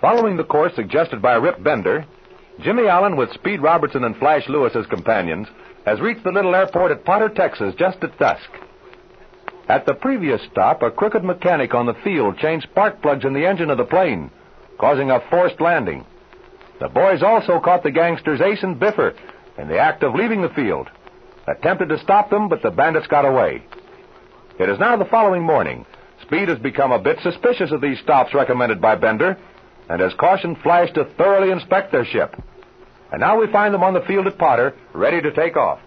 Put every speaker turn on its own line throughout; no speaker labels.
Following the course suggested by Rip Bender, Jimmy Allen, with Speed Robertson and Flash Lewis as companions, has reached the little airport at Potter, Texas, just at dusk. At the previous stop, a crooked mechanic on the field changed spark plugs in the engine of the plane, causing a forced landing. The boys also caught the gangsters Ace and Biffer in the act of leaving the field, attempted to stop them, but the bandits got away. It is now the following morning. Speed has become a bit suspicious of these stops recommended by Bender and has cautioned Flash to thoroughly inspect their ship. And now we find them on the field at Potter, ready to take off.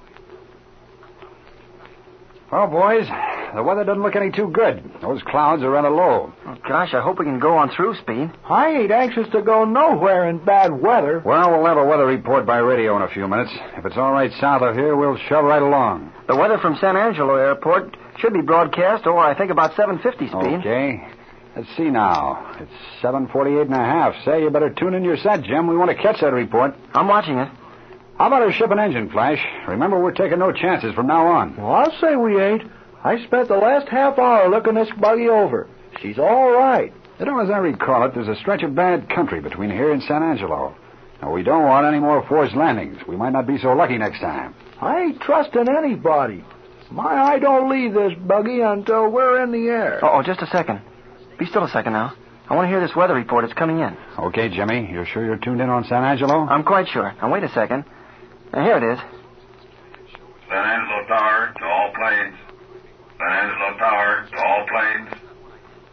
Well, boys, the weather doesn't look any too good. Those clouds are rather low.
Oh, gosh, I hope we can go on through, Speed.
I ain't anxious to go nowhere in bad weather.
Well, we'll have a weather report by radio in a few minutes. If it's all right south of here, we'll shove right along.
The weather from San Angelo Airport should be broadcast, oh, I think about 7.50, Speed.
Okay. Let's see now. It's 748 and a half. Say, you better tune in your set, Jim. We want to catch that report.
I'm watching it.
How about a ship and engine, Flash? Remember, we're taking no chances from now on.
Well, I'll say we ain't. I spent the last half hour looking this buggy over. She's all right.
You know, as I recall it, there's a stretch of bad country between here and San Angelo. Now, we don't want any more forced landings. We might not be so lucky next time.
I ain't trusting anybody. My eye don't leave this buggy until we're in the air.
Uh-oh, just a second. Be still a second now. I want to hear this weather report. It's coming in.
Okay, Jimmy, you're sure you're tuned in on San Angelo?
I'm quite sure. Now, wait a second. Now, here it is.
San Angelo Tower to all planes. San Angelo Tower to all planes.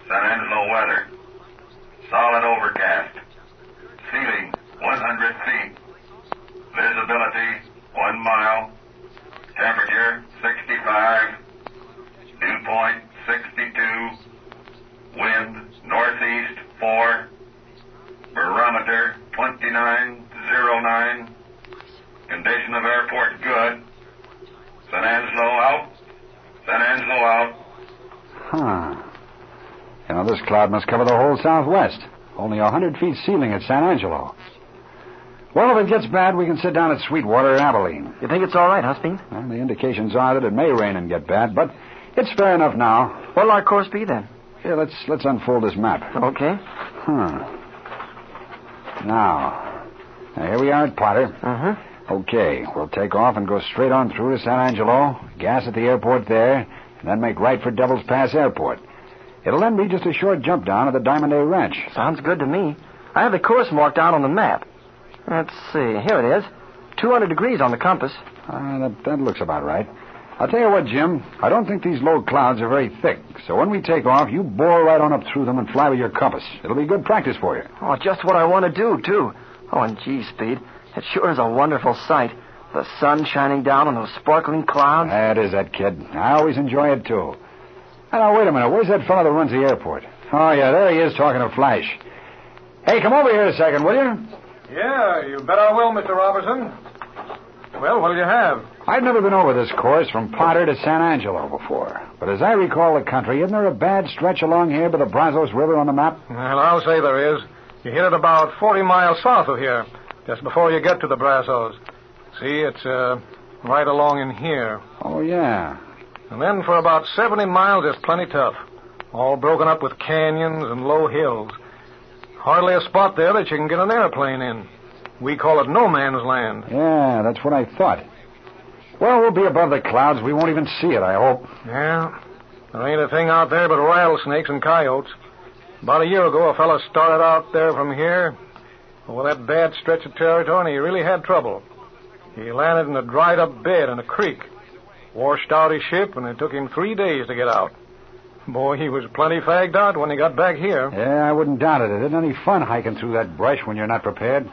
San Angelo weather. Solid overcast. Ceiling 100 feet. Visibility 1 mile. Temperature 65. Dew point 62. Wind northeast 4. Barometer 2909. Condition of airport good. San Angelo out. San Angelo out.
Huh. You know, this cloud must cover the whole southwest. Only a 100 feet ceiling at San Angelo. Well, if it gets bad, we can sit down at Sweetwater and Abilene.
You think it's all right, huh, Speed?
Well, the indications are that it may rain and get bad, but it's fair enough now.
What'll our course be then?
Here, let's let's unfold this map.
Okay.
Hmm. Now, now here we are at Potter.
Uh-huh.
Okay, we'll take off and go straight on through to San Angelo, gas at the airport there, and then make right for Devil's Pass Airport. It'll then be just a short jump down to the Diamond A Ranch.
Sounds good to me. I have the course marked out on the map. Let's see. Here it is. 200 degrees on the compass.
Ah, that, that looks about right. I'll tell you what, Jim. I don't think these low clouds are very thick, so when we take off, you bore right on up through them and fly with your compass. It'll be good practice for you.
Oh, just what I want to do, too. Oh, and gee, Speed, it sure is a wonderful sight. The sun shining down on those sparkling clouds.
That is that kid. I always enjoy it too. And now wait a minute. Where's that fellow that runs the airport? Oh yeah, there he is talking to Flash. Hey, come over here a second, will you?
Yeah, you bet I will, Mr. Robertson. Well, what'll you have?
I've never been over this course from Potter to San Angelo before, but as I recall the country, isn't there a bad stretch along here by the Brazos River on the map?
Well, I'll say there is. You hit it about 40 miles south of here, just before you get to the Brazos. See, it's uh, right along in here.
Oh yeah,
And then for about 70 miles, it's plenty tough. All broken up with canyons and low hills. Hardly a spot there that you can get an airplane in. We call it no man's land.
yeah, that's what I thought. Well, we'll be above the clouds. We won't even see it. I hope.
Yeah. There ain't a thing out there but rattlesnakes and coyotes. About a year ago, a fellow started out there from here. Over that bad stretch of territory, and he really had trouble. He landed in a dried up bed in a creek, washed out his ship, and it took him three days to get out. Boy, he was plenty fagged out when he got back here.
Yeah, I wouldn't doubt it. It isn't any fun hiking through that brush when you're not prepared.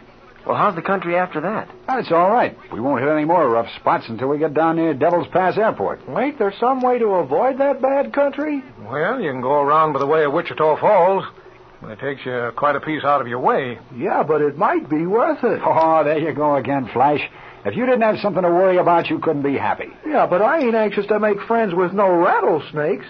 Well, how's the country after that?
But it's all right. We won't hit any more rough spots until we get down near Devil's Pass Airport.
Ain't there some way to avoid that bad country?
Well, you can go around by the way of Wichita Falls, but it takes you quite a piece out of your way.
Yeah, but it might be worth it.
Oh, there you go again, Flash. If you didn't have something to worry about, you couldn't be happy.
Yeah, but I ain't anxious to make friends with no rattlesnakes.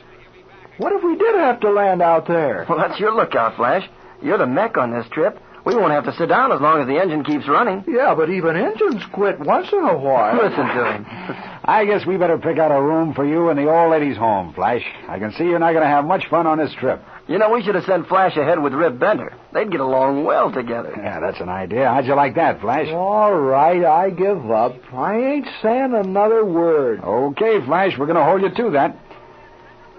What if we did have to land out there?
Well, that's your lookout, Flash. You're the mech on this trip. We won't have to sit down as long as the engine keeps running.
Yeah, but even engines quit once in a while.
Listen to him.
I guess we better pick out a room for you in the old ladies' home, Flash. I can see you're not going to have much fun on this trip.
You know, we should have sent Flash ahead with Rip Bender. They'd get along well together.
Yeah, that's an idea. How'd you like that, Flash?
All right, I give up. I ain't saying another word.
Okay, Flash, we're going to hold you to that.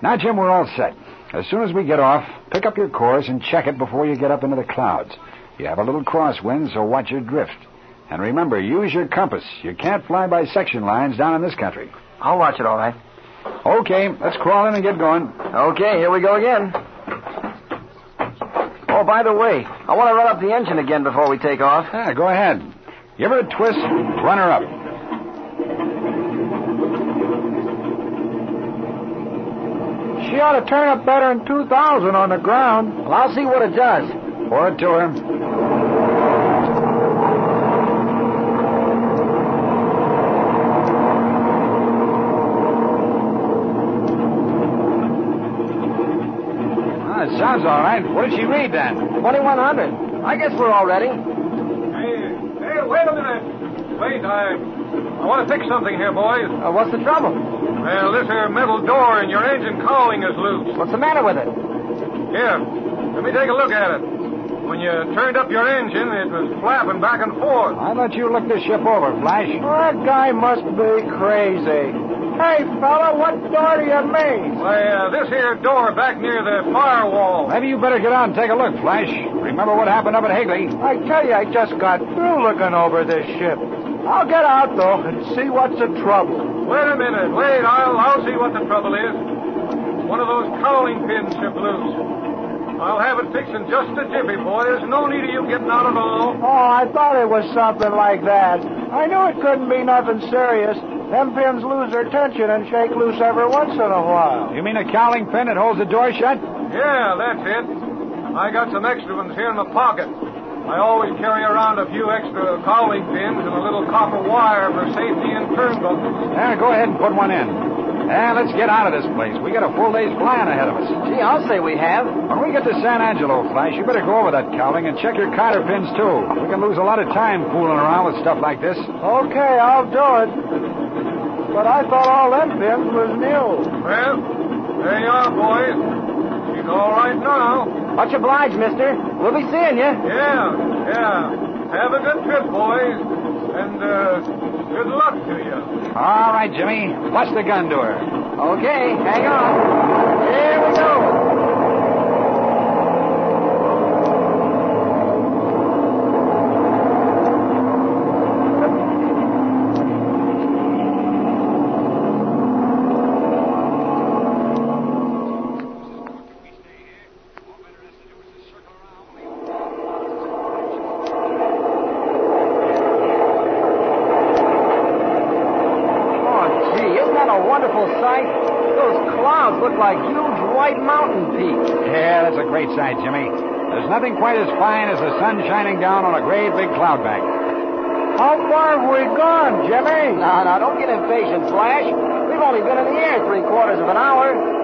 Now, Jim, we're all set. As soon as we get off, pick up your course and check it before you get up into the clouds. You have a little crosswind, so watch your drift. And remember, use your compass. You can't fly by section lines down in this country.
I'll watch it all right.
Okay, let's crawl in and get going.
Okay, here we go again. Oh, by the way, I want to run up the engine again before we take off.
Yeah, Ah, go ahead. Give her a twist, run her up.
She ought to turn up better in 2000 on the ground.
Well, I'll see what it does.
Pour it to her. Ah, it sounds all right. What did she read then?
2100. I guess we're all ready.
Hey, hey, wait a minute. Wait, I, I want to fix something here, boys.
Uh, what's the trouble?
Well, this here metal door in your engine cowling is loose.
What's the matter with it?
Here, let me take a look at it. When you turned up your engine, it was flapping back and forth.
I thought you looked the ship over, Flash.
That guy must be crazy. Hey, fella, what door do you mean?
Why, uh, this here door back near the firewall.
Maybe you better get out and take a look, Flash. Remember what happened up at Higley.
I tell you, I just got through looking over this ship. I'll get out, though, and see what's the trouble.
Wait a minute. Wait, I'll, I'll see what the trouble is. One of those cowling pins shipped loose. I'll have it fixed in just a jiffy, boy. There's no need of you getting out at all.
Oh, I thought it was something like that. I knew it couldn't be nothing serious. Them pins lose their tension and shake loose every once in a while.
You mean a cowling pin that holds the door shut?
Yeah, that's it. I got some extra ones here in my pocket. I always carry around a few extra cowling pins and a little copper wire for safety in turnbuckles.
Yeah, go ahead and put one in. Yeah, let's get out of this place. We got a full day's flying ahead of us.
Gee, I'll say we have.
When we get to San Angelo, Flash, you better go over that cowling and check your cotter pins, too. We can lose a lot of time fooling around with stuff like this.
Okay, I'll do it. But I thought all them pins was new.
Well, there you are, boys. She's all right now.
Much obliged, mister. We'll be seeing you.
Yeah, yeah. Have a good trip, boys. And, uh, good luck to you.
All right, Jimmy. Watch the gun to her.
Okay, hang on. Here we go. Oh, gee, isn't that a wonderful sight? Those clouds look like huge white mountain peaks.
Yeah, that's a great sight, Jimmy. There's nothing quite as fine as the sun shining down on a great big cloud bank.
How far have we gone, Jimmy?
Now, now, don't get impatient, Flash. We've only been in the air three quarters of an hour.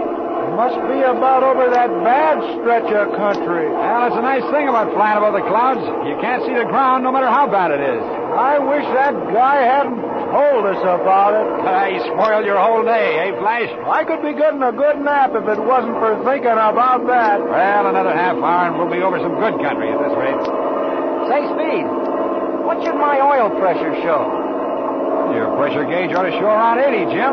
Must be about over that bad stretch of country.
Well, that's a nice thing about flying above the clouds. You can't see the ground no matter how bad it is.
I wish that guy hadn't told us about it.
Ah, you spoiled your whole day, eh, Flash?
I could be getting a good nap if it wasn't for thinking about that.
Well, another half hour and we'll be over some good country at this rate.
Say, Speed, what should my oil pressure show?
Your pressure gauge ought to show around 80, Jim.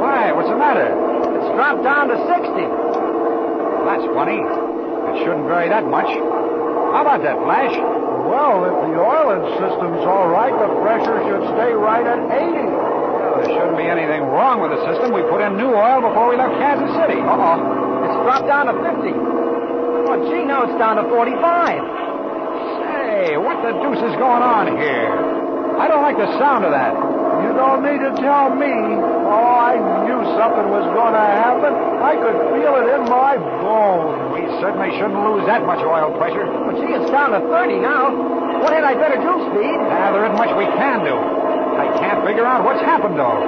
Why? What's the matter?
It's dropped down to 60.
That's funny. It shouldn't vary that much. How about that, Flash?
Well, if the oiling system's all right, the pressure should stay right at 80.
Well, there shouldn't be anything wrong with the system. We put in new oil before we left Kansas City.
Uh-oh. It's dropped down to 50. Oh, gee, now it's down to 45.
Say, what the deuce is going on here? I don't like the sound of that.
You don't need to tell me. Oh, I knew something was going to happen. I could feel it in my bones.
We certainly shouldn't lose that much oil pressure.
Well, gee, it's down to 30 now. What had I better do, Speed?
Ah, there isn't much we can do. I can't figure out what's happened, though.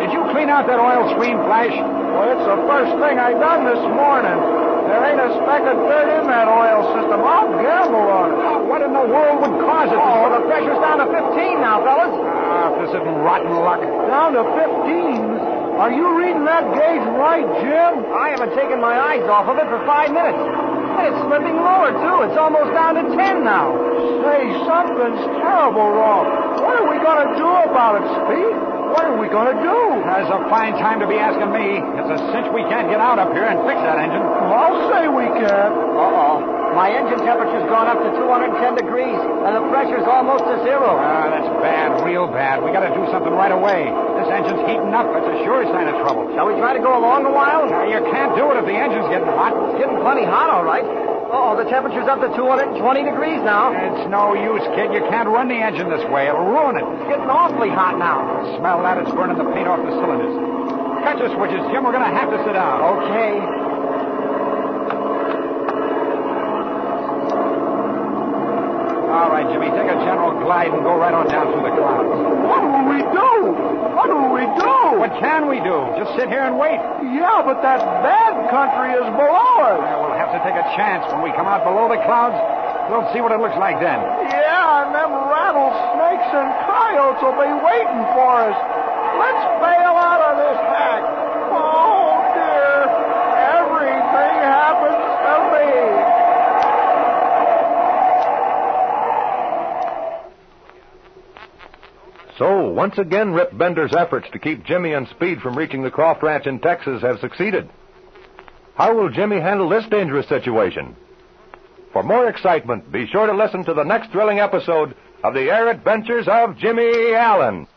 Did you clean out that oil stream, Flash?
Well, it's the first thing I done this morning. There ain't a speck of dirt in that oil system. I'll gamble on it.
Oh, what in the world would cause it?
Oh, the pressure's down to 15 now, fellas.
Ah, if this isn't rotten luck.
Down to 15. Are you reading that gauge right, Jim?
I haven't taken my eyes off of it for five minutes. And it's slipping lower, too. It's almost down to ten now.
Say, something's terrible wrong. What are we going to do about it, Speed? What are we going to do?
That's a fine time to be asking me. It's a cinch we can't get out up here and fix that engine.
I'll say we can't.
Uh-oh. My engine temperature's gone up to 210 degrees, and the pressure's almost to zero.
Ah, that's bad, real bad. We got to do something right away. This engine's heating up. That's a sure sign of trouble.
Shall we try to go along a while?
Now, you can't do it if the engine's getting hot.
It's getting plenty hot, all right. Uh-oh, the temperature's up to 220 degrees now.
It's no use, kid. You can't run the engine this way. It'll ruin it.
It's getting awfully hot now.
Smell that. It's burning the paint off the cylinders. Cut your switches, Jim. We're going to have to sit down.
Okay.
All right, Jimmy. Take a general glide and go right on down through the clouds.
What will we do? What will we do?
What can we do? Just sit here and wait.
Yeah, but that bad country is below us.
Yeah, we'll have to take a chance. When we come out below the clouds, we'll see what it looks like then.
Yeah, and them rattlesnakes and coyotes will be waiting for us. Let's bail out of this hack. Oh, dear. Everything happens to me.
So, once again, Rip Bender's efforts to keep Jimmy and Speed from reaching the Croft Ranch in Texas have succeeded. How will Jimmy handle this dangerous situation? For more excitement, be sure to listen to the next thrilling episode of The Air Adventures of Jimmy Allen.